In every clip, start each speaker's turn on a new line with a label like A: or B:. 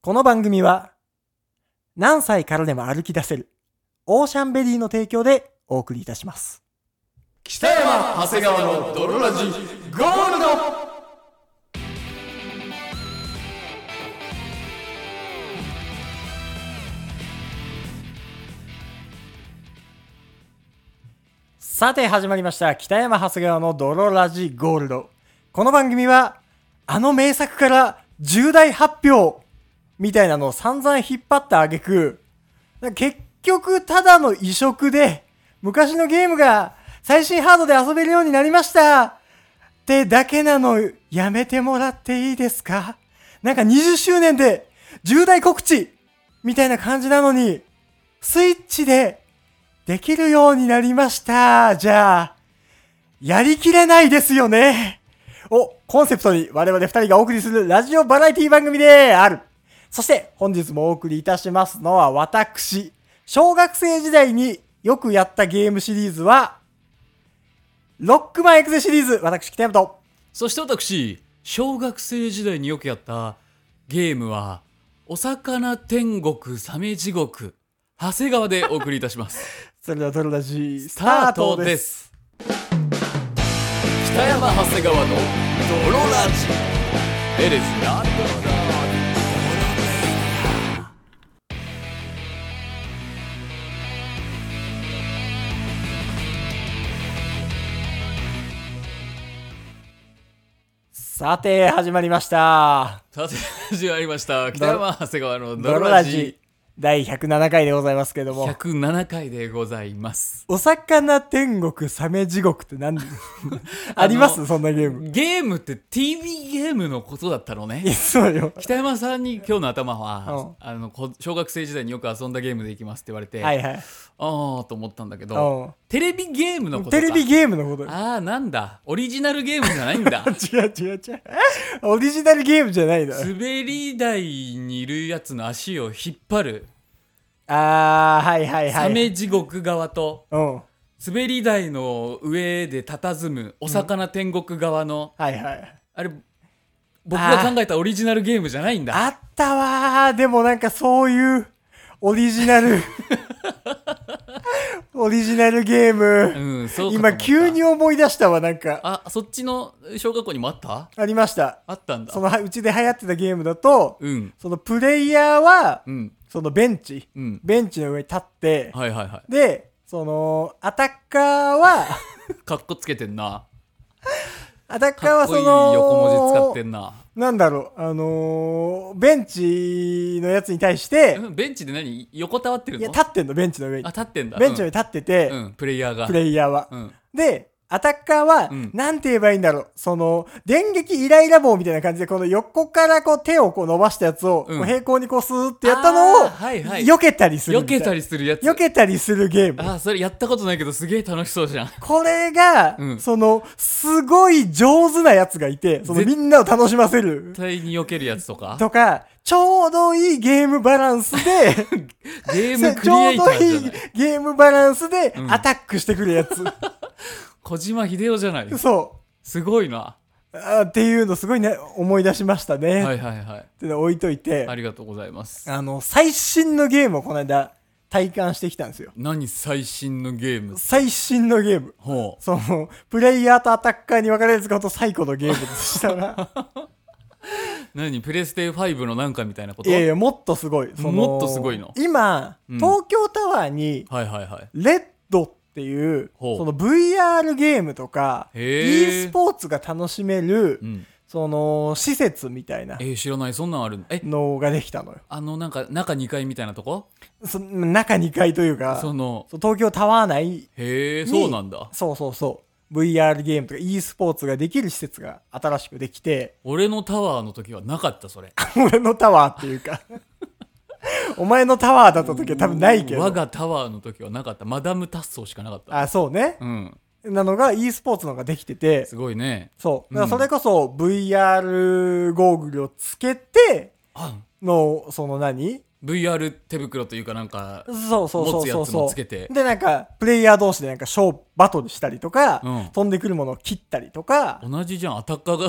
A: この番組は、何歳からでも歩き出せる、オーシャンベリーの提供でお送りいたします。
B: 北山長谷川の泥ラジゴールド
A: さて始まりました、北山長谷川の泥ラジゴールド。この番組は、あの名作から重大発表みたいなのを散々引っ張った挙句、なんか結局ただの移植で、昔のゲームが最新ハードで遊べるようになりましたってだけなのやめてもらっていいですかなんか20周年で重大告知みたいな感じなのに、スイッチでできるようになりました。じゃあ、やりきれないですよね。をコンセプトに我々二人がお送りするラジオバラエティ番組である。そして本日もお送りいたしますのは私、小学生時代によくやったゲームシリーズは、ロックマンエクゼシリーズ、私北山と、
B: そして私小学生時代によくやったゲームは「お魚天国サメ地獄」長谷川でお送りいたします
A: それではドロラジース
B: スタートです北山長谷川の泥ラジエレスランド
A: さて、始まりました。
B: さて始まりま した北山長谷川の
A: ド
B: 泥
A: ロラ
B: ラジ
A: ジ第107回でございますけども。
B: 107回でございます
A: お魚天国、サメ地獄って 何ありますそんなゲーム。
B: ゲームって TV ゲームのことだったのね
A: いやそうよ。
B: 北山さんに今日の頭は、あのこ小学生時代によく遊んだゲームでいきますって言われて、
A: はいはい。
B: ああと思ったんだけ
A: う
B: どテレビゲームのこ
A: ん
B: とか
A: テレビゲームのことよ
B: ああなんだオリジナルゲームじゃないん だ
A: 違う違う違う。オリジナルゲームじゃないの。
B: 滑り台にいるやつの足を引っ張る
A: あー、はいはいは
B: サ
A: い。
B: メ地獄側と
A: うん。は
B: 滑り台の上で佇むお魚天国側の、
A: いはい。
B: あれ僕が考えたオリジナルゲームじゃないんだ
A: あったわー。でもなんかそういうオリジナル、 オリジナルゲーム。
B: うんそうかと思った
A: 今急に思い出したわ、なんか。
B: あそっちの小学校にもあった
A: ありました。
B: あったんだ
A: そのはうちで流行ってたゲームだと、
B: うん
A: そのプレイヤーは、
B: うん
A: そのベンチ、
B: うん
A: ベンチの上に立って、
B: はいはいは
A: で、その、アタッカーは、
B: い。かっこつけてんな。
A: アタッカー
B: か
A: は
B: っ
A: そ
B: こい
A: の、
B: い横文字使ってんな。
A: なんだろう、あのーベンチのやつに対して、
B: うんベンチで何横たわってる
A: い
B: の
A: や、立ってんの、ベンチの上に
B: あ、。立ってんだ。
A: ベンチの上に立ってて、
B: うん、うん、プレイヤーが。
A: プレイヤーは。
B: うん。
A: で、アタッカーは、
B: うん
A: なんて言えばいいんだろう。その、電撃イライラ棒みたいな感じで、この横からこう手をこう伸ばしたやつを、
B: うん
A: こう平行にこうスーってやったのを、
B: あーはいはい
A: 避けたりする
B: 避
A: みたい
B: け
A: な。
B: たりするやつ。
A: 避けたりするゲーム。
B: あー、それやったことないけどすげえ楽しそうじゃん。
A: これが、
B: うん
A: その、すごい上手なやつがいて、その
B: ぜ
A: みんなを楽しませる
B: 絶。対に避けるやつ とか。
A: とか、ちょうどいいゲームバランスで、
B: ゲームク
A: ち
B: リ
A: ょ
B: エ
A: う
B: イタ
A: ど
B: ーじ
A: い
B: ゃないい。
A: ゲームバランスで
B: うん
A: アタックしてくるやつ。
B: 小島秀夫じゃない。
A: そ
B: すごいな。
A: う。あーっていうのすごいね、思い出しましたね。
B: は
A: っ
B: いはいはい。
A: ての置いといて、
B: ありがとうございます。
A: あの、最新のゲームをこの間体感してきたんですよ。
B: 何最新のゲーム
A: 最新のゲーム。
B: ほう。
A: その、プレイヤーとアタッカーに分かれるやつがほんと最古のゲームでした ら、
B: 何プレステ5のなんかみたいなこと
A: いやいや、もっとすごい。その
B: もっとすごいの
A: 今、
B: うん
A: 東京タワーに、
B: はいはいはい。
A: レッドっていう、
B: ほう
A: その VR ゲームとか、
B: へー
A: e スポーツが楽しめる、
B: うん。
A: その、施設みたいな
B: えー、知らない。そんなんあるんえ、
A: のができたのよ。
B: あのなんか中2階みたいなとこ
A: そ中2階というか、
B: その
A: そう東京タワー内、
B: へえ
A: に
B: そうなんだ
A: そうそうそう、VR ゲームとか e スポーツができる施設が新しくできて、
B: 俺のタワーの時はなかったそれ
A: 俺のタワーっていうか、 お前のタワーだった時は多分ないけ
B: 我
A: ど、
B: がタワーの時はなかったマダム・タッソーしかなかった
A: あ、そうね。
B: うん
A: なのが e スポーツのができてて、
B: すごいね
A: そう。だ
B: うん
A: からそれこそ VR ゴーグルをつけて
B: あ
A: の、その何
B: VR 手袋というかなんか
A: そうそうそうそ
B: 持
A: う
B: つやつも
A: そう。
B: つけて
A: で、なんか、プレイヤー同士でなんか、ショーバトルしたりとか、
B: うん
A: 飛んでくるものを切ったりとか、
B: 同じじゃ んアタッカーが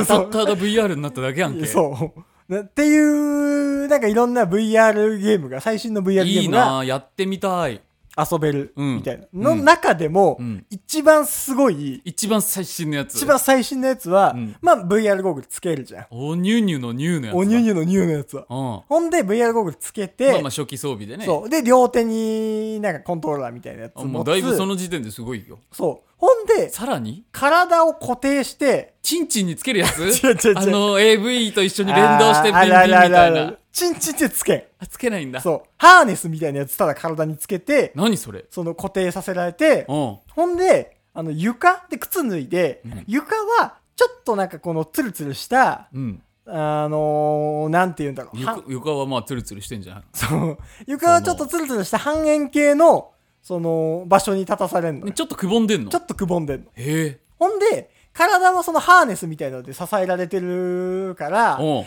B: アタッカーが VR になっただけやんけ
A: そう。なっていうなんかいろんな VR ゲームが、最新の VR ゲ
B: い
A: ー
B: い
A: ムが
B: なやってみたい。
A: 遊べる
B: うん
A: みたいな。
B: うん
A: の中でも、
B: うん
A: 一番すごい、
B: 一番最新のやつ。
A: 一番最新のやつは、
B: うん
A: まあ VR ゴーグルつけるじゃん。
B: おニューニューのニューのやつだ。
A: おニューニューのニューのやつは。
B: うん。
A: ほんで VR ゴーグルつけて、
B: まあまあ初期装備でね。
A: そう。で、両手になんかコントローラーみたいなやつ
B: あ
A: 持つ。
B: もうだいぶその時点ですごいよ。
A: そう。ほんで、
B: さらに、
A: 体を固定して、
B: チンチンにつけるやつ
A: 違う違う違う
B: あの、AV と一緒に連動してピンピンみたいな。
A: チンチンってつけん。
B: あ、つけないんだ。
A: そう。ハーネスみたいなやつただ体につけて、
B: 何それ
A: その固定させられて、
B: うん。
A: ほんで、あの床で靴脱いで、
B: うん
A: 床はちょっとなんかこのツルツルした、
B: うん。
A: あのー、なんて言うんだろう。は
B: 床床はまあツルツルしてんじゃない
A: そう。床はちょっとツルツルした半円形の、その場所に立たされるの
B: ね
A: よ。
B: ちょっとくぼんでんの
A: ちょっとくぼんでんの。
B: へえ。
A: ほんで、体はそのハーネスみたいなので支えられてるから、ちょっ
B: うん。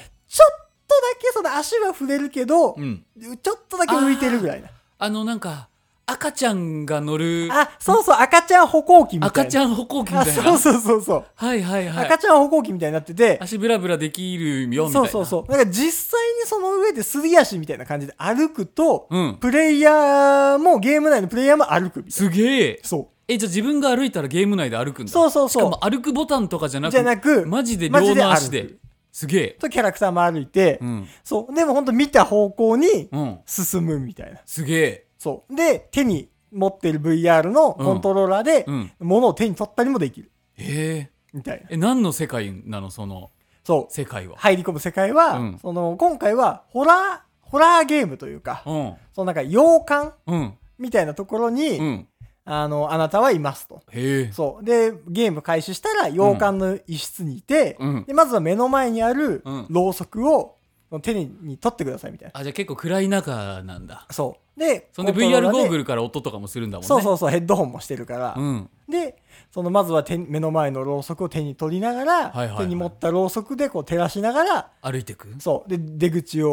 A: とだけその足は触れるけど、
B: うん。
A: ちょっとだけ浮いてるぐらいな。
B: あの、なんか、赤ちゃんが乗る、
A: あそうそう、赤ちゃん歩行器みたいな。
B: 赤ち
A: ん
B: ゃん歩行器みたいな。
A: そうそうそうそう。
B: はいはいはい。
A: 赤ちゃん歩行器みたいになってて、
B: 足ブラブラできるよみたい
A: そう
B: な。
A: そうそう。なんか実際にその上ですり足みたいな感じで歩くと、
B: うん
A: プレイヤーも、ゲーム内のプレイヤーも歩くみたい
B: すげえ
A: な。。そ
B: え、じゃあ自分が歩いたらゲーム内で歩くん
A: う。
B: だ。
A: そうそう
B: しか
A: そう。
B: も歩くボタンとかじゃなく
A: じゃなく
B: マジで
A: マ
B: 両
A: ジで
B: の
A: 歩く
B: 足で。すげえ。
A: とキャラクターも歩いて、
B: うん。
A: そう。でも本当見た方向に
B: うん。
A: 進むみたいな。
B: すげえ。
A: そう。で、手に持ってる VR のコントローラーで
B: う、ん。
A: 物を手に取ったりもできる。
B: へえ。
A: みたいな。
B: え、何の世界なのその
A: そう。
B: 世界は。
A: 入り込む世界は、
B: うん
A: その、今回はホラー、ホラーゲームというか、
B: うん。
A: そのなんか洋館
B: うん。
A: みたいなところに、
B: うん。
A: あの、あなたはいますと。
B: へえ。
A: そう。で、ゲーム開始したら洋館の一室にいて、
B: うん
A: で、まずは目の前にある
B: うん
A: ろうそくを手にに取ってくださいみたいな。
B: あ、じゃあ結構暗い中なんだ。
A: そう。で、
B: そんで
A: コントロ
B: VR
A: ーラ
B: ゴーグ
A: ル。
B: ルから音とかもするんだもんね。
A: そうそうそう、ヘッドホンもしてるから。
B: うん。
A: で、そのまずは手目の前のろうそくを手に取りながら、
B: はいはい
A: 手に持ったろうそくでこう照らしながら、
B: 歩いてく
A: そう。で、出口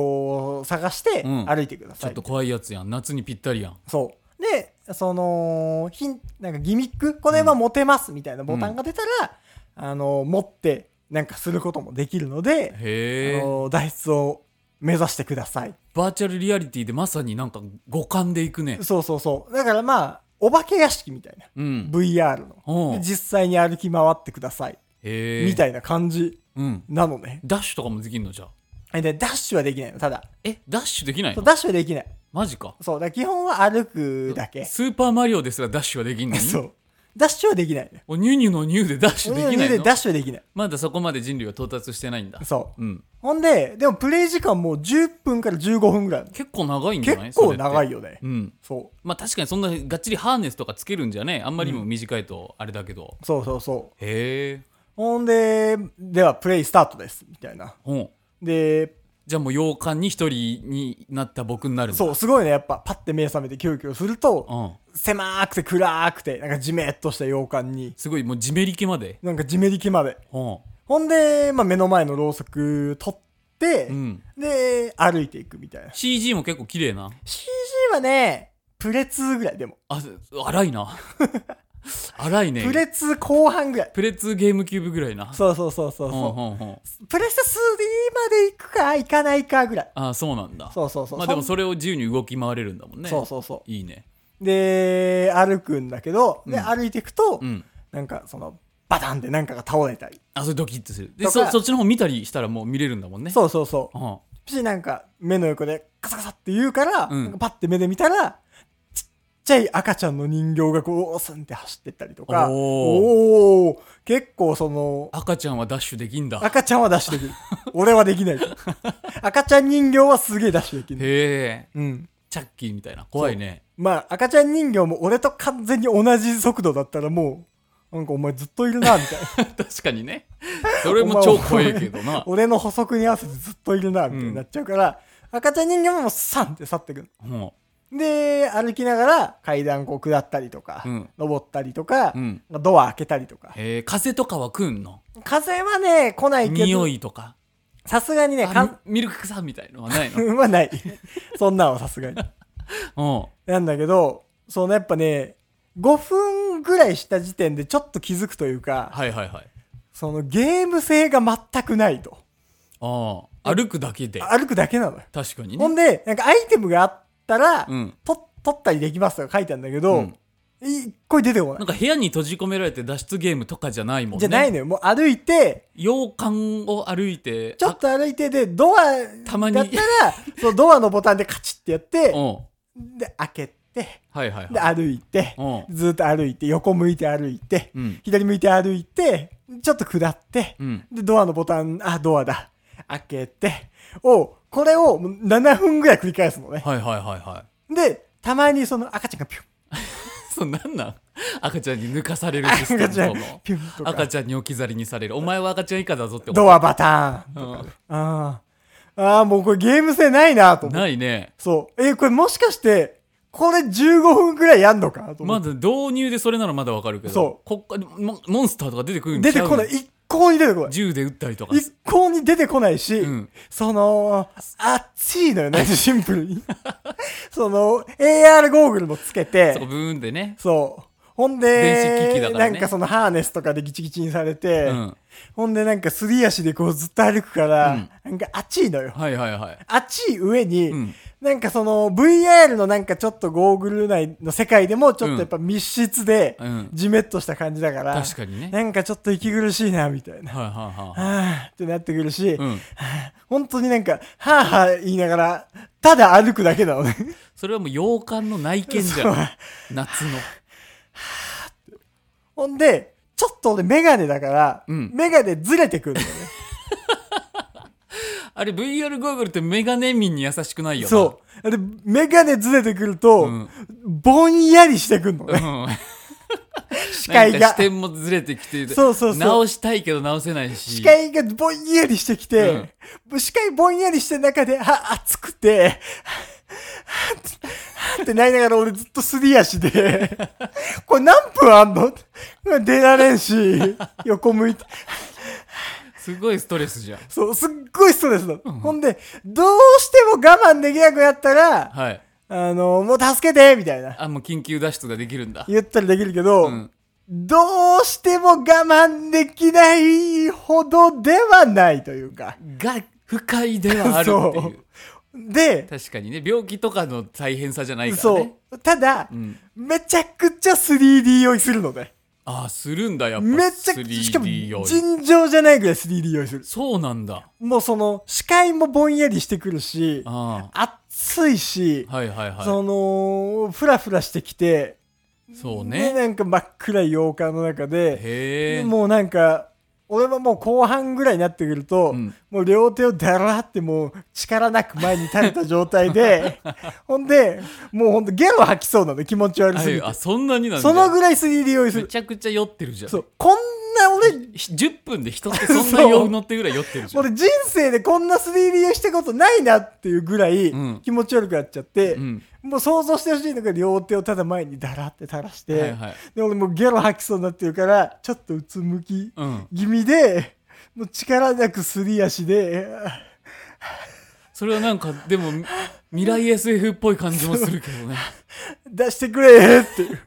A: を探して
B: うん
A: 歩いてくだ
B: ち
A: さ
B: ょ
A: い
B: っと怖いやつやん。夏にぴったりやん。
A: そう。で、その、ヒン、なんかギミック、これは持てますみたいなボタンが出たら、あの、持って、なんかすることもできるので、
B: へ
A: あ
B: え。
A: の、脱出を目指してください。
B: バーチャルリアリティでまさになんか五感でいくね。
A: そうそうそう。だからまあ、お化け屋敷みたいな。
B: うん。
A: VR
B: う
A: の。で
B: ん
A: 実際に歩き回ってください。
B: へえ。
A: みたいな感じ
B: うん。
A: なのね。
B: ダッシュとかもできんのじゃあ。
A: で、ダッシュはできないの、ただ。
B: え、ダッシュできない
A: そう
B: の
A: ダッシュはできない。
B: マジか。
A: そう、だから基本は歩くだけ。
B: スーパーマリオですらダッシュはできんのに。
A: そう。ダッシュはできないの。
B: おニュニュのニューでダッシュできない
A: で
B: の
A: ダッシュはできない。
B: まだそこまで人類は到達してないんだ。
A: そう。
B: うん。
A: ほんで、でもプレイ時間もう10分から15分ぐらい。
B: 結構長いんじゃない
A: 結構長
B: い。
A: いよね
B: う。ん。
A: そ
B: まあ確かにそんながっちりハーネスとかつけるんじゃねあんまりにも短いとあれだけど。
A: う。そうそうそう。
B: へえ。
A: ほんで、ではプレイスタートです。みたいな。
B: ほん。
A: で、
B: じゃあもう洋館に一人になった僕になるんだ。
A: そう、すごいね。やっぱパッて目覚めてキョロキョロする
B: う
A: と、
B: ん。
A: 狭くて暗くて、なんかジメっとした洋館に、
B: すごいもうジメリケまで。
A: なんかジメリケまで。
B: ほ
A: ほんで、まあ目の前のろうそく取って、
B: ん。うん。
A: で、歩いていくみたいな。
B: CG も結構綺麗な。
A: CG はね、プレ2ぐらいでも。
B: あ、荒 いな。荒いね。
A: プレ2後半ぐらい。
B: プレツゲームキューブぐらいな。
A: そうそうそうそう
B: う
A: そう。
B: んうんうん。
A: プレステ3まで行くか行かないかぐらい。
B: ああ、そうなんだ。
A: そうそうそう。
B: まあでも
A: そ
B: それを自由に動き回れるんだもんね。
A: そうそうそ
B: いいね。
A: う。で、歩くんだけど、で、
B: うん
A: 歩いていくと、
B: うん。
A: なんかその、バタンってなんかが倒れたり。
B: あ、それドキッとする。で、
A: とか
B: そそっちの方見たりしたらもう見れるんだもんね。。
A: そうそうそう
B: ん。
A: う。し、なんか目の横でカサカサって言うから、
B: うん
A: なんかパッて目で見たら、ちっちゃい赤ちゃんの人形がこう、スンって走ってったりとか、
B: おー
A: おー結構その、
B: 赤ちゃんはダッシュできんだ。
A: 赤ちゃんは出してくる。俺はできない けど。赤ちゃん人形はすげえ出してできる。
B: へえ。
A: うん。
B: チャッキーみたいな。怖いね。
A: まあ、赤ちゃん人形も俺と完全に同じ速度だったらもう、なんかお前ずっといるな、みたいな。
B: 確かにね。それも超怖いけどな。
A: 俺の補足に合わせてずっといるな、みたいになっちゃうから、赤ちゃん人形ももうサンって去ってくる。
B: うん。
A: で、歩きながら階段こう下ったりとか、
B: うん
A: 登ったりとか、
B: うん。
A: ドア開けたりとか。
B: へえ、風とかは来んの
A: 風はね、来ないけ
B: 匂
A: ど、
B: いとか。
A: さすがにね、かん
B: あミミルクさんみたいのはない の。
A: はない。そんなんはさすがに。
B: うん。
A: なんだけど、そのやっぱね、5分ぐらいした時点でちょっと気づくというか、
B: はいはいはい。
A: そのゲーム性が全くないと。
B: ああ。歩くだけで。
A: 歩くだけなのよ。
B: 確かに
A: ほん
B: ね。
A: で、なんかアイテムがあったら、
B: うん。
A: と取ったりできますとか書いてあるんだけ
B: う
A: ど
B: ん、
A: 一個出てこな
B: ないん。か部屋に閉じ込められて脱出ゲームとかじゃないもんね。
A: じゃないのよ。もう歩いて、
B: 洋館を歩いて、
A: ちょっと歩いてで、ドア、
B: たまに
A: だったら、そのドアのボタンでカチッてやって
B: あ、うん。
A: で、開けて、
B: はいはい
A: で、
B: はい。
A: 歩いて、
B: う
A: ずーっと歩いて、横向いて歩いて、
B: ん。うん。
A: 左向いて歩いて、ちょっと下って、
B: うん。
A: で、ドアのボタン、あ、ドアだ。開けて、を、これを7分ぐらい繰り返すのね。
B: はいはいはいは
A: で、たまにその赤ちゃんがピュン、
B: い。 そう、なんなん赤ちゃんに抜かされるシステ
A: 赤
B: ム
A: ちゃん
B: その、
A: ピュンとか
B: 赤、ちゃんに置き去りにされる。お前は赤ちゃん以下だぞって思う。
A: ドアバターンとか。あーあー、もうこれゲーム性ないなと思
B: うん
A: って。
B: ないね。
A: そう。え、これもしかして、これ15分ぐらいやんのかと思
B: ま
A: って。
B: ず導入でそれならまだわかるけど、
A: そう
B: こっからモモンスターとか出てくるんちゃ
A: 出
B: う
A: てこない。
B: の
A: 一向に出てこない。
B: 銃で撃ったりとか。
A: 一向に出てこないし、
B: うん
A: その、熱いのよね、シンプルに。 その、AR ゴーグルもつけて
B: そこ、ブーンでね。
A: そう。ほん
B: 電子機
A: で、
B: 器だか
A: な
B: らね
A: んかそのハーネスとかでギチギチにされて、
B: うん。
A: ほんでなんかすり足でこうずっと歩くから、なんか熱いのよ。
B: はいはいはい。
A: 熱い上に、
B: うん
A: なんかその VR のなんかちょっとゴーグル内の世界でもちょっとやっぱ密室で
B: うん
A: ジメッとした感じだから、
B: 確かにね。
A: なんかちょっと息苦しいなみたいな。
B: はいはいはい。
A: はぁってなってくるし、
B: うん。
A: 本当になんか、はぁはぁ言いながら、ただ歩くだけなのね。
B: それはもう洋館の内見じ
A: そう
B: ゃん。夏の。
A: ほんで、ちょっと俺メガネだから、
B: うん
A: メガネずれてくるのね。
B: あれ VR ゴーグルってメガネ民に優しくないよな。
A: そう。で、メガネずれてくると、
B: うん
A: ぼんやりしてくんの
B: うん。
A: ね、視界
B: なんか
A: が
B: 視。点もずれてきて、
A: そうそうそう
B: 直したいけど直せないし。
A: 視界がぼんやりしてきて、視界ぼんやりしてる中で、あ、暑くて、はぁはぁってなりながら俺ずっとすり足 で、これ何分あんの出られんし、横向いて、
B: すごいストレスじゃん。
A: そう、すっごいストレスなの。ほんで、どうしても我慢できなくなったら、
B: はい。
A: あの、もう助けてみたいな。
B: あ、もう緊急脱出ができるんだ。
A: 言ったりできるけど、
B: うん
A: どうしても我慢できないほどではないというか。
B: が、不快ではあるっ ていう。
A: で、
B: 確かにね、病気とかの大変さじゃないからね。
A: そう。ただ、
B: ん
A: めちゃくちゃ 3D 用意するので。
B: ああ、するんだ、やっぱ。
A: めちゃくちゃ、しかも
B: 3D 用意。
A: 尋常じゃないぐらい 3D 用意する。
B: そうなんだ。
A: もうその、視界もぼんやりしてくるし、
B: あ
A: 暑いし、
B: あ。はいはいはい。
A: その、ふらふらしてきて、
B: そうね。
A: なんか真っ暗い洋館の中で、
B: へえ。
A: もうなんか、俺はもう後半ぐらいになってくると、
B: うん
A: もう両手をだらってもう力なく前に垂れた状態 で、ほんで、もうほんとゲロ吐きそうなの気持ち悪
B: あ
A: すぎ
B: い
A: て
B: や。あ、そんなになんだ。
A: そのぐらい 3D 用意す
B: め
A: る。
B: ちゃくちゃ酔ってるじゃん。
A: そう。こんな俺、
B: ひ10分で人ってそんな酔うのってぐらい酔ってるじゃん。
A: 俺人生でこんな 3D 用意したことないなっていうぐらい
B: うん
A: 気持ち悪くなっちゃって、
B: うん。
A: もう想像してほしいのが両手をただ前にだらって垂らして、
B: はいはい。
A: で俺もうゲロ吐きそうになってるからちょっとうつむき
B: うん。
A: 気味で、もう力なくすり足で、
B: それはなんか、でも、未来 SF っぽい感じもするけどね。
A: 出してくれっていう。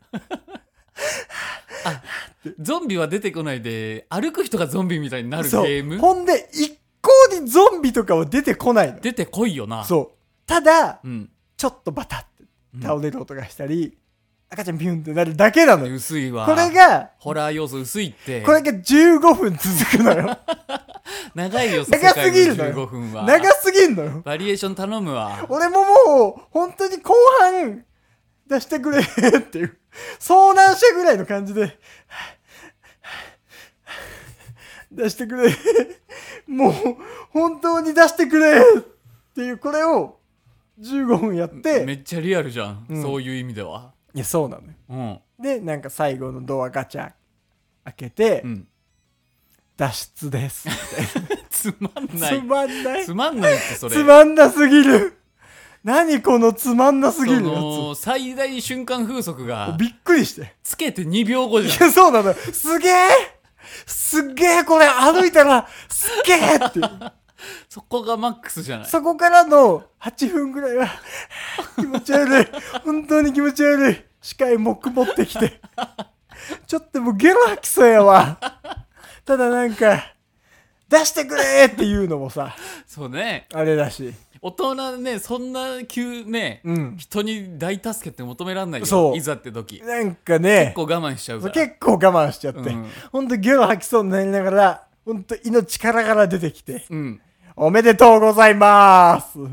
B: ゾンビは出てこないで、歩く人がゾンビみたいになるゲ
A: そう
B: ーム
A: ほんで、一向にゾンビとかは出てこないの。
B: 出てこいよな。
A: そう。ただ、
B: うん。
A: ちょっとバタって
B: うん
A: 倒れる音がしたり、赤ちゃんピュンってなるだけなのよ。
B: 薄いわ。
A: これが、
B: ホラー要素薄いって。
A: これが15分続くのよ。
B: 長いよ、
A: 長すぎるの
B: 世界の
A: よ
B: 15分は。
A: 長すぎんのよ。
B: バリエーション頼むわ。
A: 俺ももう、本当に後半、出してくれっていう、遭難者ぐらいの感じで、 出してくれ。もう、本当に出してくれっていう、これを15分やっ
B: め
A: て、
B: っちゃリアルじゃん。
A: うん
B: そういう意味では。
A: いや、そうなのよ。
B: うん。
A: で、なんか最後のドアガチャ開けて、
B: うん。
A: 脱出ですみ
B: つまん
A: た
B: ない
A: な。つ
B: い。
A: まんない
B: つ。まんないって、それ。
A: つまんなすぎる。何このつまんなすぎるや
B: その最大瞬間風速
A: つ。
B: が
A: びっくりして。
B: つけて2秒後じ
A: い
B: ゃん
A: や、 そうなのよ。すげえすっげえこれ歩いたら、すっげえっていう。
B: そこがマックスじゃない
A: そこからの8分ぐらいは、 気持ち悪い。本当に気持ち悪い。視界も曇ってきて。ちょっともうゲロ吐きそうやわ。ただなんか、出してくれっていうのもさ、
B: そうね
A: あれだし。
B: 大人ねそんな急ね、
A: うん。
B: 人に大助けって求めらんないよ
A: そう
B: いざって時結
A: なんかね、
B: 構我慢しちゃうから
A: 結構我慢しちゃって、
B: うん
A: ほんとゲロ吐きそうになりながら、ほんと胃の力から出てきて、
B: うん
A: おめでとうございますみ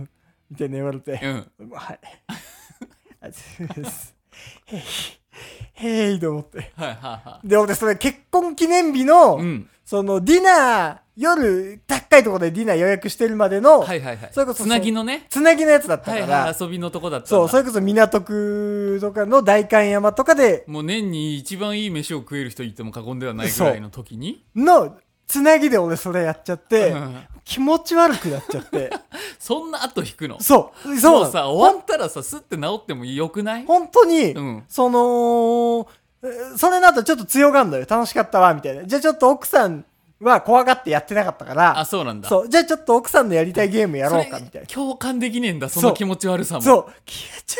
A: たいな言われ
B: う
A: て、
B: ん
A: はい。あですへい、へいと思って。
B: はいはいは
A: で、俺、それ結婚記念日の、
B: いうん
A: そのディナー、夜、高いところでディナー予約してるまでの、
B: はいはいはい
A: それこそ
B: つなぎのね
A: つなぎのやつだったか
B: はい
A: ら、
B: はい遊びのとこだったんだ
A: そう、それこそ港区とかの代官山とかで、
B: もう年に一番いい飯を食える人言っても過言ではないぐらいの時に
A: の、つなぎで俺それやっちゃって、
B: うん
A: 気持ち悪くなっちゃって。
B: そんな後引くの
A: そう、そうな
B: も
A: の
B: うさ終わったらさすって治ってもよくない
A: 本当に、
B: うん
A: その、えーそれの後ちょっと強がんのよ。楽しかったわ、みたいな。じゃあちょっと奥さんは怖がってやってなかったから、
B: あそうなんだ
A: そう、じゃあちょっと奥さんのやりたいゲームやろう
B: そ
A: か、
B: れ
A: みたいな。
B: 共感できねえんだそ
A: そ
B: の
A: う
B: 気持ち悪さも
A: そう、気持ち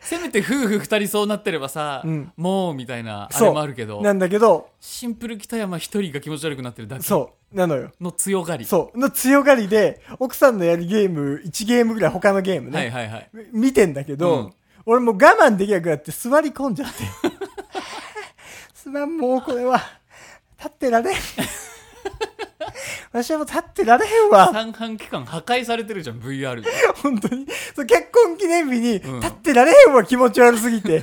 B: せめて夫婦二人そうなってればさ、
A: うん
B: もうみたいなあ
A: そう
B: れもあるけど
A: 悪いなんだけど、
B: シンプル北山一人が気持ち悪くなってるだけ
A: そう、なのよ。
B: の強がり
A: そう、の強がりで、奥さんのやるゲーム、1ゲームぐらい他のゲームね、
B: はいはいはい
A: 見てんだけど、
B: うん
A: 俺もう我慢できなくなって座り込んじゃって。 すまん、もうこれは、立ってられん。私はもう立ってられへんわ。
B: 三半期間破壊されてるじゃん VR で
A: 本当に。そう結婚記念日に、
B: うん
A: 立ってられへんわ、気持ち悪すぎて。っ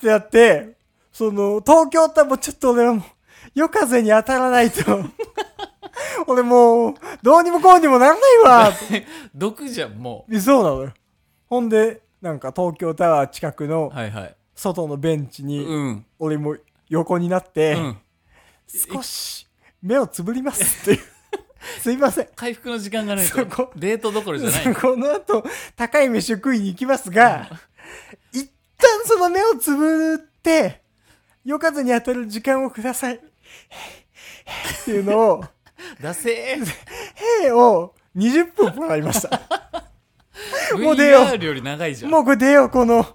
A: てやって、その、東京タワーもちょっと俺はもう、夜風に当たらないと。俺もう、どうにもこうにもなんない わ。
B: 毒じゃんも
A: そうなのよ。ほんで、なんか東京タワー近くの
B: うはいはい
A: 外のベンチに、
B: うん
A: 俺も横になって、
B: うん
A: 少し目をつぶります っていう。すいません。
B: 回復の時間がない
A: そ
B: と
A: こ
B: デートどころじゃない
A: この後、高い飯を食いに行きますが、一旦その目をつぶって、夜風に当たる時間をください。っていうのを、
B: だせー
A: へーを20分もらいました。もう出よう
B: VR より長いじゃん
A: もうこれ出よう、この、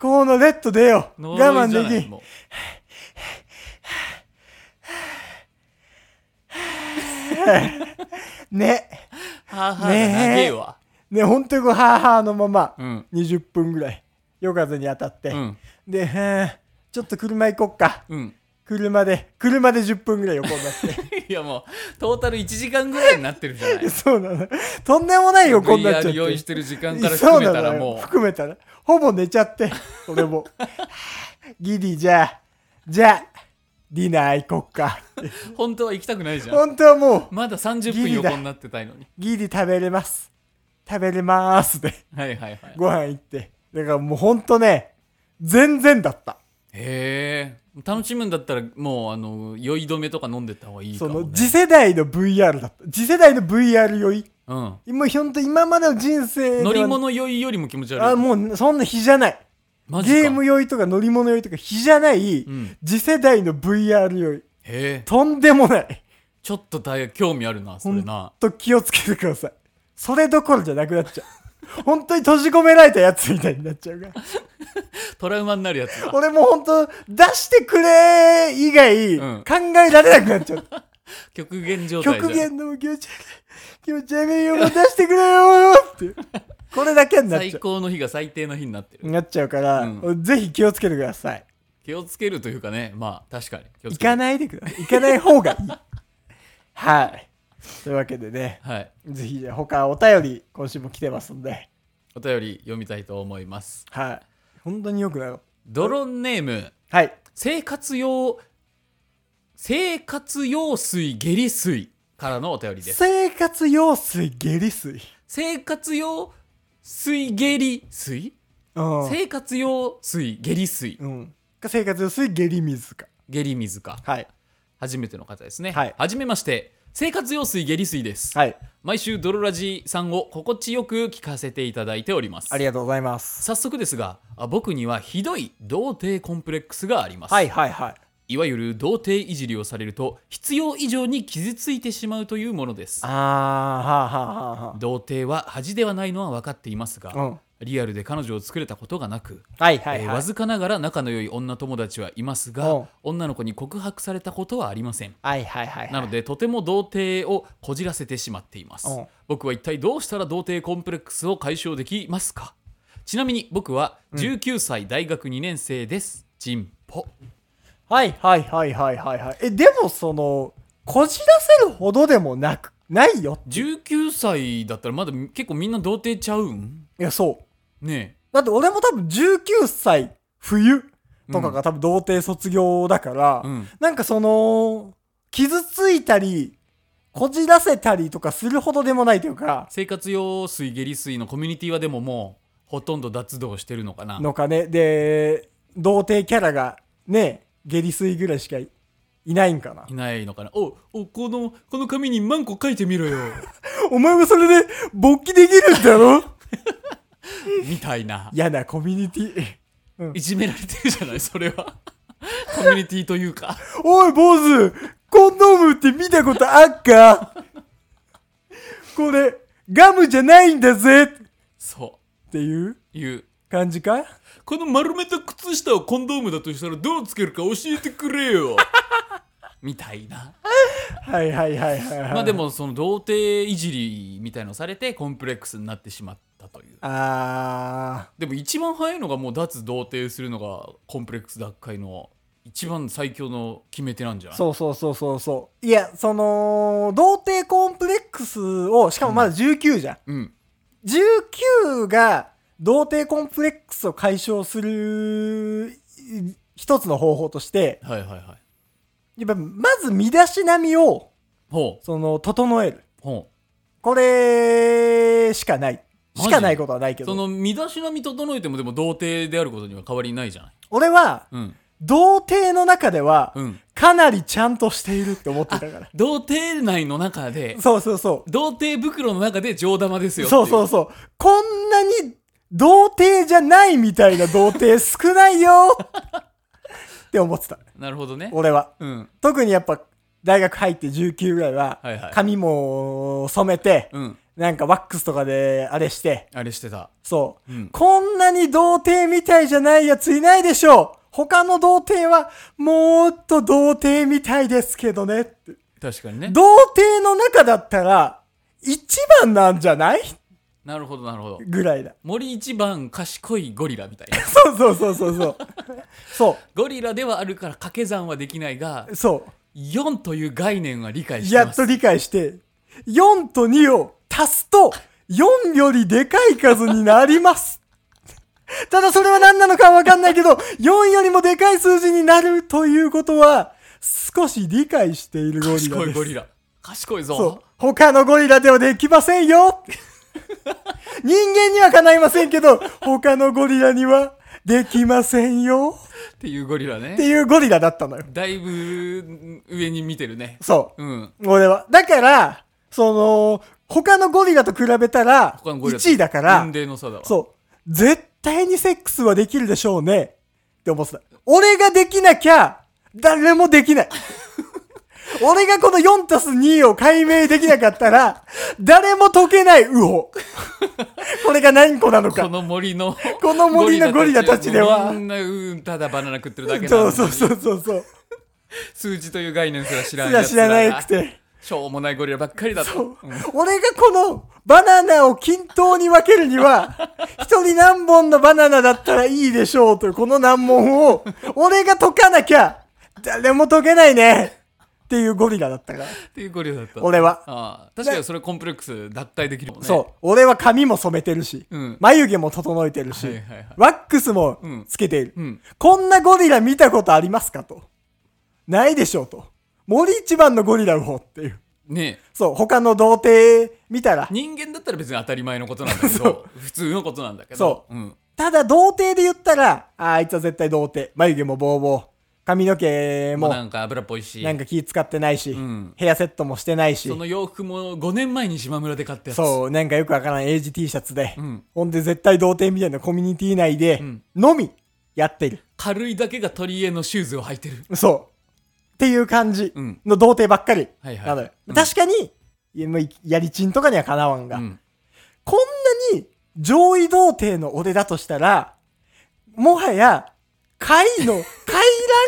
A: このレッド出よう。
B: 呪
A: 我
B: いじゃない
A: 慢できん。
B: もう
A: ね。
B: はあはあが長えわ
A: ね、本当にこう、はーはーのまま、
B: うん
A: 20分ぐらい、夜風に当たって。
B: うん
A: で、はーちょっと車行こっか。
B: うん
A: 車で、車で10分ぐらい横になっ
B: いやもうトータル1時間ぐらいになってるじゃない
A: て。そうなの。とんでもない横になっちゃ
B: VR
A: って。
B: 用意してる時間から含めたら
A: そうなの
B: も
A: よ
B: う
A: 含めたら。ほぼ寝ちゃって、俺も。 ギリ、じゃあ、じゃあ、ディナー行こっか。
B: 本当は行きたくないじゃん
A: 本当はもう、
B: まだ30分
A: ギリだ
B: 横になってたいのに
A: ギリ食べれます。食べれまーすで、
B: はいはいはい
A: ご飯行って。だからもうほんとね、全然だった。
B: へえ楽しむんだったらもうあの酔い止めとか飲んでった方がいいか
A: そ
B: も、ね、
A: の次世代の VR だった。次世代の VR 酔い。
B: うん、
A: もうほんと今までの人生では
B: 乗り物酔いよりも気持ち悪い
A: あ、もうそんな日じゃない。
B: マジか
A: ゲーム酔いとか乗り物酔いとか日じゃない、
B: うん
A: 次世代の VR 酔い。
B: へえ
A: とんでもない。
B: ちょっと大変興味あるなそ
A: ほ
B: れ
A: ん
B: な
A: と気をつけてください。それどころじゃなくなっちゃ う。本当に閉じ込められたやつみたいになっちゃうから。
B: トラウマになるやつ だ
A: 俺もう本当出してくれ以外、
B: うん
A: 考えられなくなっちゃう。
B: 極限状態じゃん
A: 極限の気持ち悪い。気持ち悪いよ、もう出してくれよーって。これだけになっ
B: 最
A: ちゃ
B: 高の日が最低の日になってる
A: う。なっちゃうから、
B: う
A: ぜひ気をつけてください。
B: 気をつけるというかねまあ確かに気をつ
A: 行
B: ける
A: かないでください。行かない方がいい。はい。というわけでね、
B: はい
A: ぜひじゃあ他お便り今週も来てますんで、
B: お便り読みたいと思います
A: はい。本当によくなる。
B: ドロンネーム
A: はい。
B: 生活用生活用水下痢水からのお便りです
A: 生活用水下痢水。
B: 生活用水下痢水
A: うん。
B: 生活用水下痢水
A: うん、か生活用水下痢水か。
B: 下痢水か
A: はい。
B: 初めての方ですね
A: はい
B: じめまして生活用水下痢水です、
A: はい。
B: 毎週ドロラジさんを心地よく聞かせていただいております
A: ありがとうございます。
B: 早速ですがあ僕にはひどい童貞コンプレックスがあります、
A: はいはいはい。
B: いわゆる童貞いじりをされると必要以上に傷ついてしまうというものです
A: あー、はあはあはあは
B: 童貞は恥ではないのは分かっていますが、
A: あ。うん。
B: リアルで彼女を作れたことがなく、
A: はいはい
B: えー
A: はい。
B: わずかながら仲の良い女友達はいます
A: お
B: が
A: う
B: 女の子に告白されたことはありません
A: はいはいはいはい。
B: なのでとても童貞をこじらせてしまっています
A: おう
B: 僕は一体どうしたら童貞コンプレックスを解消できますかちなみに僕は19歳大学2年生です、チンポ
A: はいはいはいはいはいはい。え、でもその、こじらせるほどでもなく、ないよ。
B: 19歳だったらまだ結構みんな童貞ちゃうん
A: いや、そう。
B: ね
A: だって俺も多分19歳冬とか
B: う
A: が多分童貞卒業だから、
B: え、うん、
A: なんかその、傷ついたり、こじらせたりとかするほどでもないというか、
B: 生活用水下痢水のコミュニティはでももうほとんど脱道してるのかな
A: のかね。で、童貞キャラがね、下痢水ぐらいしかいいないんかな。
B: いないのかなおおこのこの紙にマンコ書いてみろよ
A: お前もそれで勃起できるんだろ
B: みたいな
A: 嫌なコミュニティ。
B: いじめられてるじゃないそれはコミュニティというか
A: おい、坊主コンドームって見たことあっかこれ、ガムじゃないんだぜっ
B: そ
A: ていう
B: ういう
A: 感じか
B: この丸めた靴下をコンドームだとしたらどうつけるか教えてく れよみたいな
A: はいはいはいはい、はい。
B: まあで。もその童貞いじりみたいのされてコンプレックスになってしまったという
A: あ
B: でも一番早いのがもう脱童貞するのがコンプレックス脱会の一番最強の決め手なんじ
A: ー、
B: ゃない
A: そうそうそうそうそう。いや、その、童貞コンプレックスを、しかもまだ19じゃん。
B: うん
A: 19が童貞コンプレックスを解消するい一つの方法として、
B: はいはいはい
A: やっぱまず身だしなみを、
B: ほう
A: その、整える。
B: ほ
A: これしかない。
B: マジ
A: しかないことはないけ
B: うそ
A: ど。
B: の身だしなみ整えてもでも童貞であることには変わりないじゃない
A: 俺は、
B: うん
A: 童貞の中では
B: う、ん
A: かなりちゃんとしているって思ってた から。
B: 童貞内の中で
A: そうそうそう。
B: 童貞袋の中で上玉ですよってい
A: そうそうそう。こんなに童貞じゃないみたいな童貞少ない よって思ってた。
B: なるほどね
A: 俺は。
B: うん
A: 特にやっぱ、大学入って19ぐらいは
B: はいはい、
A: 髪も染めて、
B: うん
A: なんかワックスとかであれして、
B: あれしてた
A: そうう。
B: ん
A: こんなに童貞みたいじゃないやついないでしょう他の童貞は、もっと童貞みたいですけどねって。
B: 確かにね
A: 童貞の中だったら、一番なんじゃない
B: なるほどなるほど
A: ぐらいだ。
B: 森一番賢いゴリラみたい な
A: そうそうそうそうそう。そ
B: ゴリラではあるから掛け算はできないが
A: う、そ
B: 4という概念は理解
A: う。
B: して
A: や
B: ま
A: っ
B: す
A: と理解して、4と2を足すと、4よりでかい数になります。 ただそれは何なのかわかんないけど、4よりもでかい数字になるということは、少し理解しているゴリラです。
B: 賢いゴリラ賢いぞ
A: そう。他のゴリラではできませんよ 人間にはかないませんけど、他のゴリラにはできませんよ
B: っていうゴリラ
A: って
B: ね
A: いうゴリラだったのよ。
B: だいぶ上に見てるね
A: そ
B: うん
A: う。俺は。だから、その、他のゴリラと比べたら、
B: 他のゴリラと
A: 1位だから
B: 年、齢の差だわ
A: そう。絶対にセックスはできるでしょうね。って思ってた。俺ができなきゃ、誰もでき ない。俺がこの4たす2を解明できなかったら、誰も解けない、ウホ。これが何個なの
B: こ
A: か。
B: の 森の
A: この森のゴリラたちでは
B: みんなうんただバナナ食ってるだけな
A: そ
B: の
A: う
B: に
A: そうそうそうそう。
B: 数字という概念すら知ら
A: す
B: んや
A: ら
B: つ
A: 知
B: ら
A: ら
B: が
A: なくて。
B: しょうもないゴリラばっかりだとうん
A: 俺がこのバナナを均等に分けるに は、一人何本のバナナだったらいいでしょうというこの難問を、俺が解かなきゃ、誰も解けないねっていうゴリラだったから、
B: っていうゴリラだった
A: 俺は。
B: ああ確かにそれコンプレックス脱退できるもんね
A: そう。俺は髪も染めてるし、
B: うん
A: 眉毛も整えてるし、
B: はいはいはい
A: ワックスもつけている、
B: うん
A: こんなゴリラ見たことありますかと。ないでしょうと。森一番のゴリラウホっていう。
B: ねえ
A: そう、他の童貞見たら、
B: 人間だったら別に当たり前のことなんだけど普通のことなんだけど
A: そ
B: うん
A: ただ童貞で言ったら、ああいつは絶対童貞。眉毛もボーボー。髪の毛
B: もう
A: も
B: なんか油っぽいし
A: なんか気使ってないし、
B: ん
A: ヘアセットもしてないし
B: そ、の洋服も5年前に島村で買ったやつ
A: そう、なんかよくわからんエイジ T シャツで、
B: ん
A: ほんで絶対童貞みたいなコミュニティ内で、のみやってる。
B: 軽いだけが取り柄のシューズを履いてる
A: そう。っていう感じ
B: うん
A: の童貞ばっかり
B: はいはい
A: なのよ
B: うん
A: 確かに、いやもうやりちんとかにはかなわんが、
B: うん
A: こんなに上位童貞の俺だとしたら、もはや、下位の、 下位ラ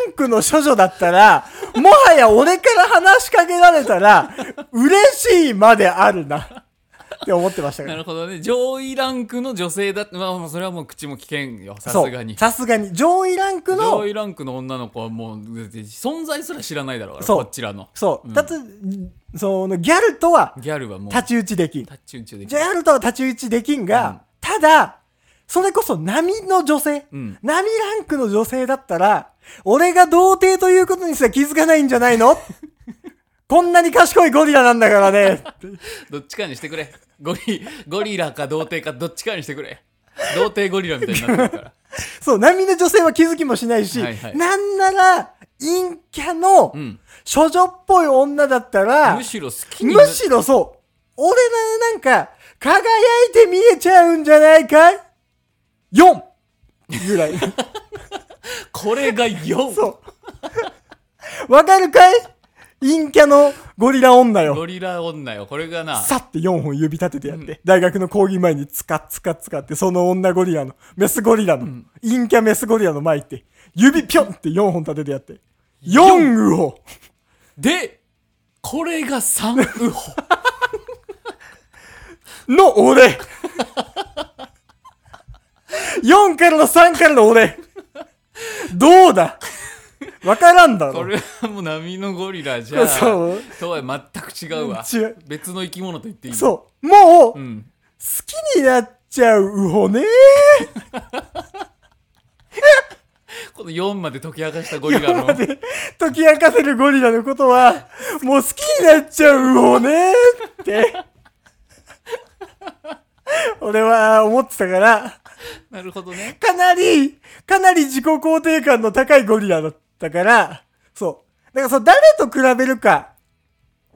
A: ンクの処女だったら、もはや俺から話しかけられたら、嬉しいまであるな。って思ってましたか
B: な
A: ら
B: る。ほどね。上位ランクの女性だって、まあ、もうそれはもう口も危険よ。さ
A: そう
B: すがに。
A: さすがに。上位ランクの
B: 上位ランクの女の子はもう、だって存在すら知らないだろうから、
A: そう
B: こっちらの。
A: そう。
B: うん
A: たつ、そのギャルとは
B: ギャルはもう、
A: 太刀打ちできん。ギ
B: タッチュンチュできる
A: ャルとは太刀打ちできんが、
B: うん
A: ただ、それこそ波の女性、
B: うん
A: 波ランクの女性だったら、俺が童貞ということにすら気づかないんじゃないの こんなに賢いゴリラなんだから ね。
B: どっちかにしてくれ。ゴリ、ゴリラか童貞かどっちかにしてくれ。童貞ゴリラみたいに なってるから。
A: そう、波の女性は気づきもしないし、
B: はいはい
A: なんなら、陰キャの
B: うん。
A: 処女っぽい女だったら、
B: むしろ好きにな
A: むしろそう。俺らなんか、輝いて見えちゃうんじゃないかい ?4! ぐらい。
B: これが4。
A: そう。わかるかい陰キャのゴリラ女よ。
B: ゴリラ女よ。これがな、
A: さって4本指立ててやって、大学の講義前につかつかつかって、その女ゴリラの、メスゴリラの、陰キャメスゴリラの前行って、指ぴょんって4本立ててやって、4ウを
B: で、これが3ウホ。
A: の俺 !4 からの3からの俺どうだわからんだ
B: こ
A: ろ
B: れはもう波のゴリラじゃ、
A: そう
B: とは全く違うわ。
A: 違う
B: 別の生き物と言っていい。う。
A: そう。もう、好
B: ん。
A: きになっちゃうほね
B: この4まで解き明かしたゴリラの。
A: で 解き明かせるゴリラのことは、もう好きになっちゃうほねって。 俺は思ってたから、
B: なるほどね。
A: かなり、かなり自己肯定感の高いゴリラだったから、そう。だからそう、誰と比べるか、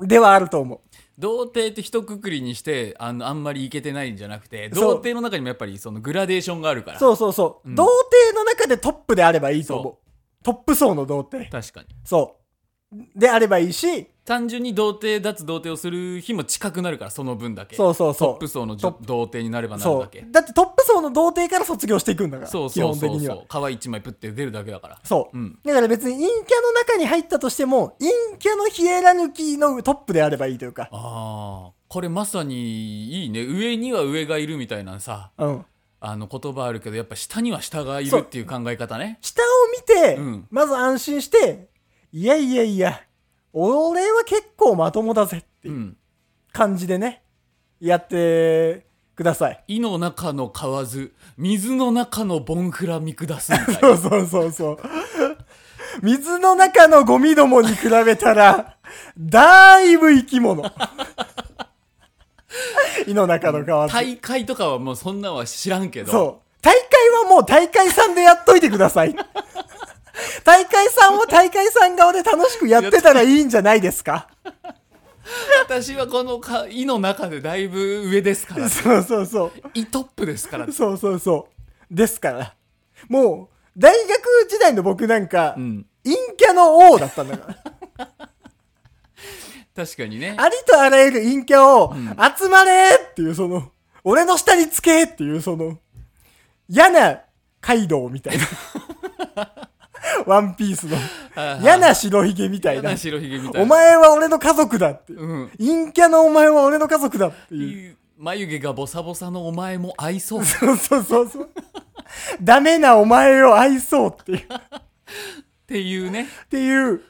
A: ではあると思う。
B: 童貞って一括りにして、あの、あんまりいけてないんじゃなくて、
A: そう
B: 童貞の中にもやっぱりそのグラデーションがあるから。
A: そうそうそう。
B: うん
A: 童貞の中でトップであればいいと思う。トップ層の童貞。
B: 確かに。
A: そう。であればいいし、
B: 単純に童貞脱童貞をする日も近くなるからその分だけ
A: そうそうそう
B: トップ層のじ
A: トッ
B: ょ童貞になればなる
A: そ
B: だ
A: う
B: け。
A: だってトップ層の童貞から卒業していくんだから、
B: そう
A: 基
B: そう
A: 本的
B: そう
A: に
B: そ
A: は
B: う。皮一枚プって出るだけだから
A: そう。
B: うん
A: だから別に陰キャの中に入ったとしても、陰キャのヒエラルキーのトップであればいいというか。
B: ああこれまさにいいね上には上がいるみたいなさ
A: うん。
B: あの言葉あるけどやっぱ下には下がいるっていう考え方ね
A: 下を見て、
B: うん
A: まず安心して、いやいやいや、俺は結構まともだぜって
B: う
A: いうん感じでね、やってください。
B: 井の中の蛙水の中のボンクラ見下すみたい
A: そ
B: な
A: うそうそう そう。水の中のゴミどもに比べたら、だいぶ生き 物。胃の中の川
B: 大会とかはもうそんなんは知らんけど
A: そう。大会はもう大会さんでやっといてくださ い。大会さんは大会さん側で楽しくやってたらいいんじゃないですか。
B: 私はこのか井の中でだいぶ上ですから
A: そうそうそ
B: イトップですから
A: う。そうそうそう。ですから。もう、大学時代の僕なんか、
B: うん
A: 陰キャの王だったんだ から。
B: 確かにね
A: ありとあらゆる陰キャを
B: ん、
A: 集まれっていうその、俺の下につけっていうその、嫌なカイドウみたいな。 ワンピースの嫌な白ひげみたい
B: 嫌
A: な
B: な。白ひげみたい な
A: お前は俺の家族だって。
B: うん
A: 陰キャのお前は俺の家族だっていう。
B: 眉毛がボサボサのお前も愛そう
A: そうそうそうそう。ダメなお前を愛そうっていう。っ
B: ってい うね
A: ていう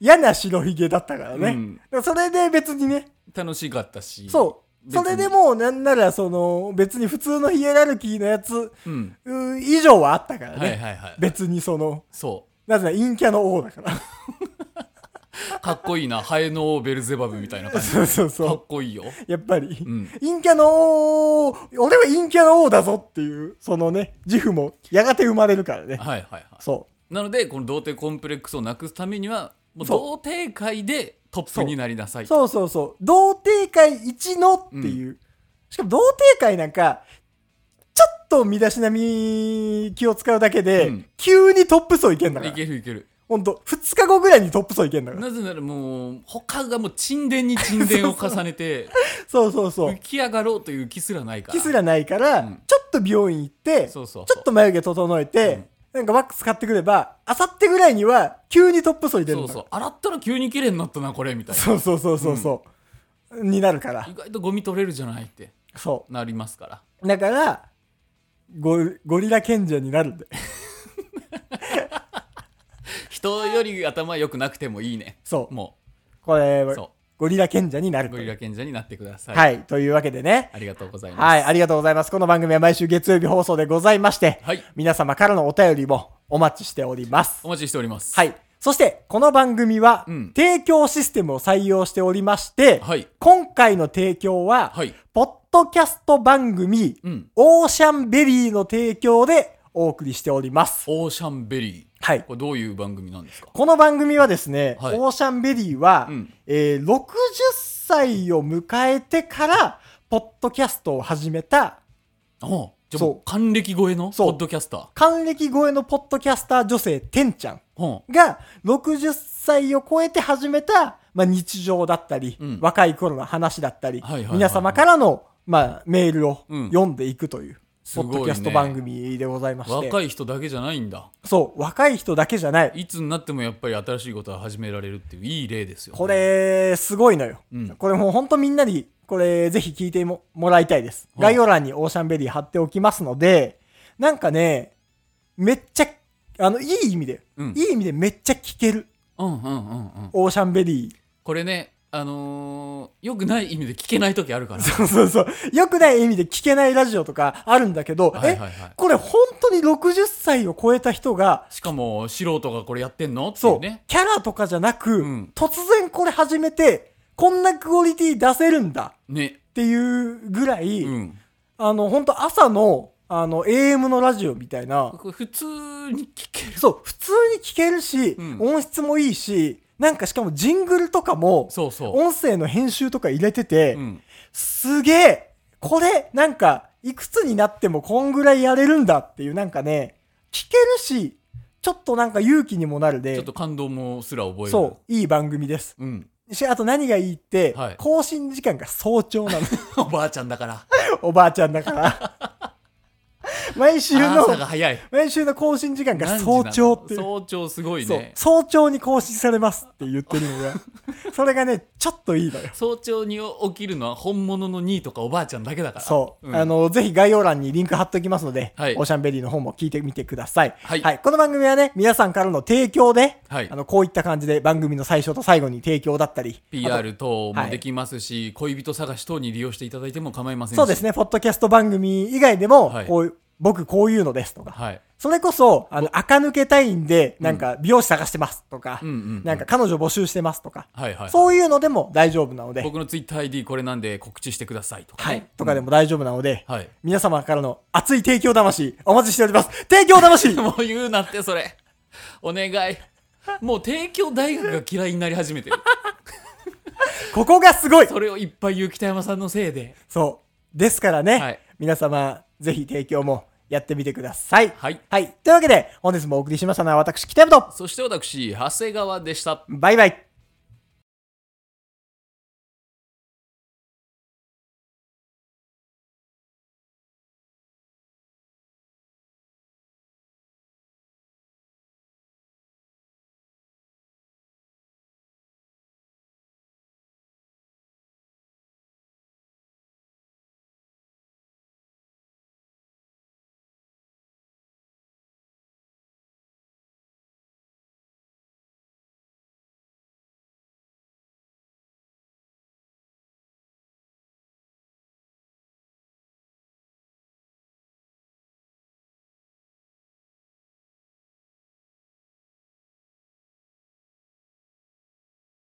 A: 嫌な白ひげだったからね。
B: うん
A: だからそれで別にね、
B: 楽しかったし
A: そう。
B: 別に
A: それでもうなんならその別に普通のヒエラルキーのやつ
B: う、ん、
A: うー以上はあったからね。
B: はいはいはい
A: 別にその、
B: そ
A: なぜなら陰キャの王だから。
B: うかっこいいなハエの王ベルゼバブみたいな感じ
A: そうそう
B: かっ
A: そ
B: こいいよ
A: う。やっぱり、
B: ん
A: 陰キャの王、俺は陰キャの王だぞっていう、そのね、自負もやがて生まれるからね。
B: はいはいは
A: そ
B: いなのでこの童貞コンプレックスをなくすためにはもう
A: そ
B: 童貞界でトップになりなさ
A: う。
B: い
A: そうそうそう。童貞界一のっていう。しかも童貞界なんか、ちょっと身だしなみ気を使うだけで、
B: うん
A: 急にトップ層いけんだから
B: い。けるいける
A: ほんと、2日後ぐらいにトップ層いけんだから。
B: なぜならもう他がもう沈殿に沈殿を重ねて
A: そうそうそう
B: 浮。き上がろうという気すらないから
A: 気すらないから、
B: うん
A: ちょっと美容院行って、
B: そうそう
A: ちょっと眉毛整えて、なんかワックス買ってくれば、あさってぐらいには急にトップ層に出る
B: そ
A: ん
B: う
A: だ
B: そ
A: か
B: う洗ったら急に綺麗になったなこれみた
A: ら
B: い
A: そうそうそうそうそう、になるから
B: な意。外とゴミ取れるじゃないって
A: そ
B: なりますから
A: う。だから、ゴゴリラ賢者になるんで。
B: 人より頭良くなくてもいいね
A: そう。
B: も
A: これ
B: う
A: は、
B: そ
A: ゴリラ賢者になる
B: う
A: と
B: ゴ
A: いう
B: リラ賢者になってください、
A: はい。というわけでね。
B: ありがとうございます
A: はい。ありがとうございます。この番組は毎週月曜日放送でございまして、
B: はい
A: 皆様からのお便りもお待ちしております。
B: お待ちしております
A: はい。そして、この番組は、
B: うん
A: 提供システムを採用しておりまして、
B: はい
A: 今回の提供は、
B: はい
A: ポッドキャスト番組、
B: うん
A: オーシャンベリーの提供でお送りしております。
B: オーシャンベリー
A: はい。
B: これどういう番組なんですか
A: この番組はですね、
B: はい
A: オーシャンベリーは、
B: うん
A: えー60歳を迎えてから、ポッドキャストを始めた、
B: おうじゃあ
A: そう
B: もう還暦超えの
A: そ
B: ポ
A: う
B: ッドキャスター
A: 還暦超えのポッドキャスター女性、てんちゃん。
B: ほ
A: が60歳を超えて始めた、まあ、日常だったり、
B: うん
A: 若い頃の話だったり、
B: はいはいはいはい
A: 皆様からの、まあ、メールを
B: うん
A: 読んでいくという、
B: す
A: ポ
B: ごい
A: ッ
B: ね
A: ドキャスト番組でございま
B: う
A: して、
B: 若い人だけじゃないんだ
A: そう若い人だけじゃない
B: いつになってもやっぱり新しいことを始められるっていういい例ですよね、
A: これすごいのよ、
B: うん
A: これもう本当みんなにこれぜひ聞いてももらいたいです
B: は
A: 概
B: い
A: 要欄にオーシャンベリー貼っておきますのでなんかねめっちゃあのいい意味で、
B: うん
A: いい意味でめっちゃ聞ける
B: うんうんうんうん
A: オーシャンベリー
B: これねあのー、よくない意味で聞けない時あるから
A: そうそうそう。よくない意味で聞けないラジオとかあるんだけど、
B: はいはいはい
A: え、これ本当に60歳を超えた人が、
B: しかも素人がこれやってんのってい
A: そうう、
B: ね
A: キャラとかじゃなく、
B: うん
A: 突然これ始めて、こんなクオリティ出せるんだ
B: ね
A: っていうぐらい、
B: うん
A: あの、本当朝の、あの、AM のラジオみたいな、
B: これ普通に聞ける
A: そう、普通に聞けるし、
B: うん
A: 音質もいいし、なんかしかもジングルとかも、
B: そうそ
A: 音声の編集とか入れてて、
B: う、うん、
A: すげえこれ、なんか、いくつになってもこんぐらいやれるんだっていう、なんかね、聞けるし、ちょっとなんか勇気にもなる
B: ちょ
A: で
B: っと、感動もすら覚える
A: そう、いい番組です。
B: う、うん、
A: し、あと何がいいって、
B: はい
A: 更新時間が早朝なの。
B: おばあちゃんだから
A: おばあちゃんだから。 毎週の、
B: 朝が早い
A: 毎週の更新時間が
B: 何時
A: 早朝って
B: な
A: いう
B: の。早朝すごい
A: そう
B: ね
A: 早朝に更新されますって言ってるの が、それがね、ちょっといいのよ。
B: 早朝に起きるのは本物の兄とかおばあちゃんだけだから
A: そう、
B: ん
A: あの、ぜひ概要欄にリンク貼っておきますので、
B: はい
A: オーシャンベリーの方も聞いてみてください。
B: はい
A: この番組はね、皆さんからの提供で、
B: はい
A: あの、こういった感じで番組の最初と最後に提供だったり、あ
B: PR 等
A: は
B: も
A: い
B: できますし、恋人探し等に利用していただいても構いません
A: とそ
B: し
A: うですね、ポッドキャスト番組以外でも、
B: はい
A: こういう、僕こういうのですとか、
B: はい
A: それこそ、あの、垢抜けたいんで、なんか、美容師探してますとか、
B: うんうんうん
A: なんか、彼女募集してますとか、
B: はいはい
A: そういうのでも大丈夫なので、
B: 僕の TwitterID これなんで告知してくださいとか
A: は
B: ね、
A: い、とかでも大丈夫なので、
B: はい
A: 皆様からの熱い提供魂、お待ちしております。提供 魂
B: もう言うなってそれお願いもう帝京大学が嫌いになり始めてる
A: ここがすごい
B: それをいっぱい言う北山さんのせいで
A: そう。ですからね、
B: はい
A: 皆様、ぜひ提供もやってみてください。
B: はい
A: はい。というわけで、本日もお送りしましたのは私、北山と、
B: そして私長谷川でした
A: バイバイ。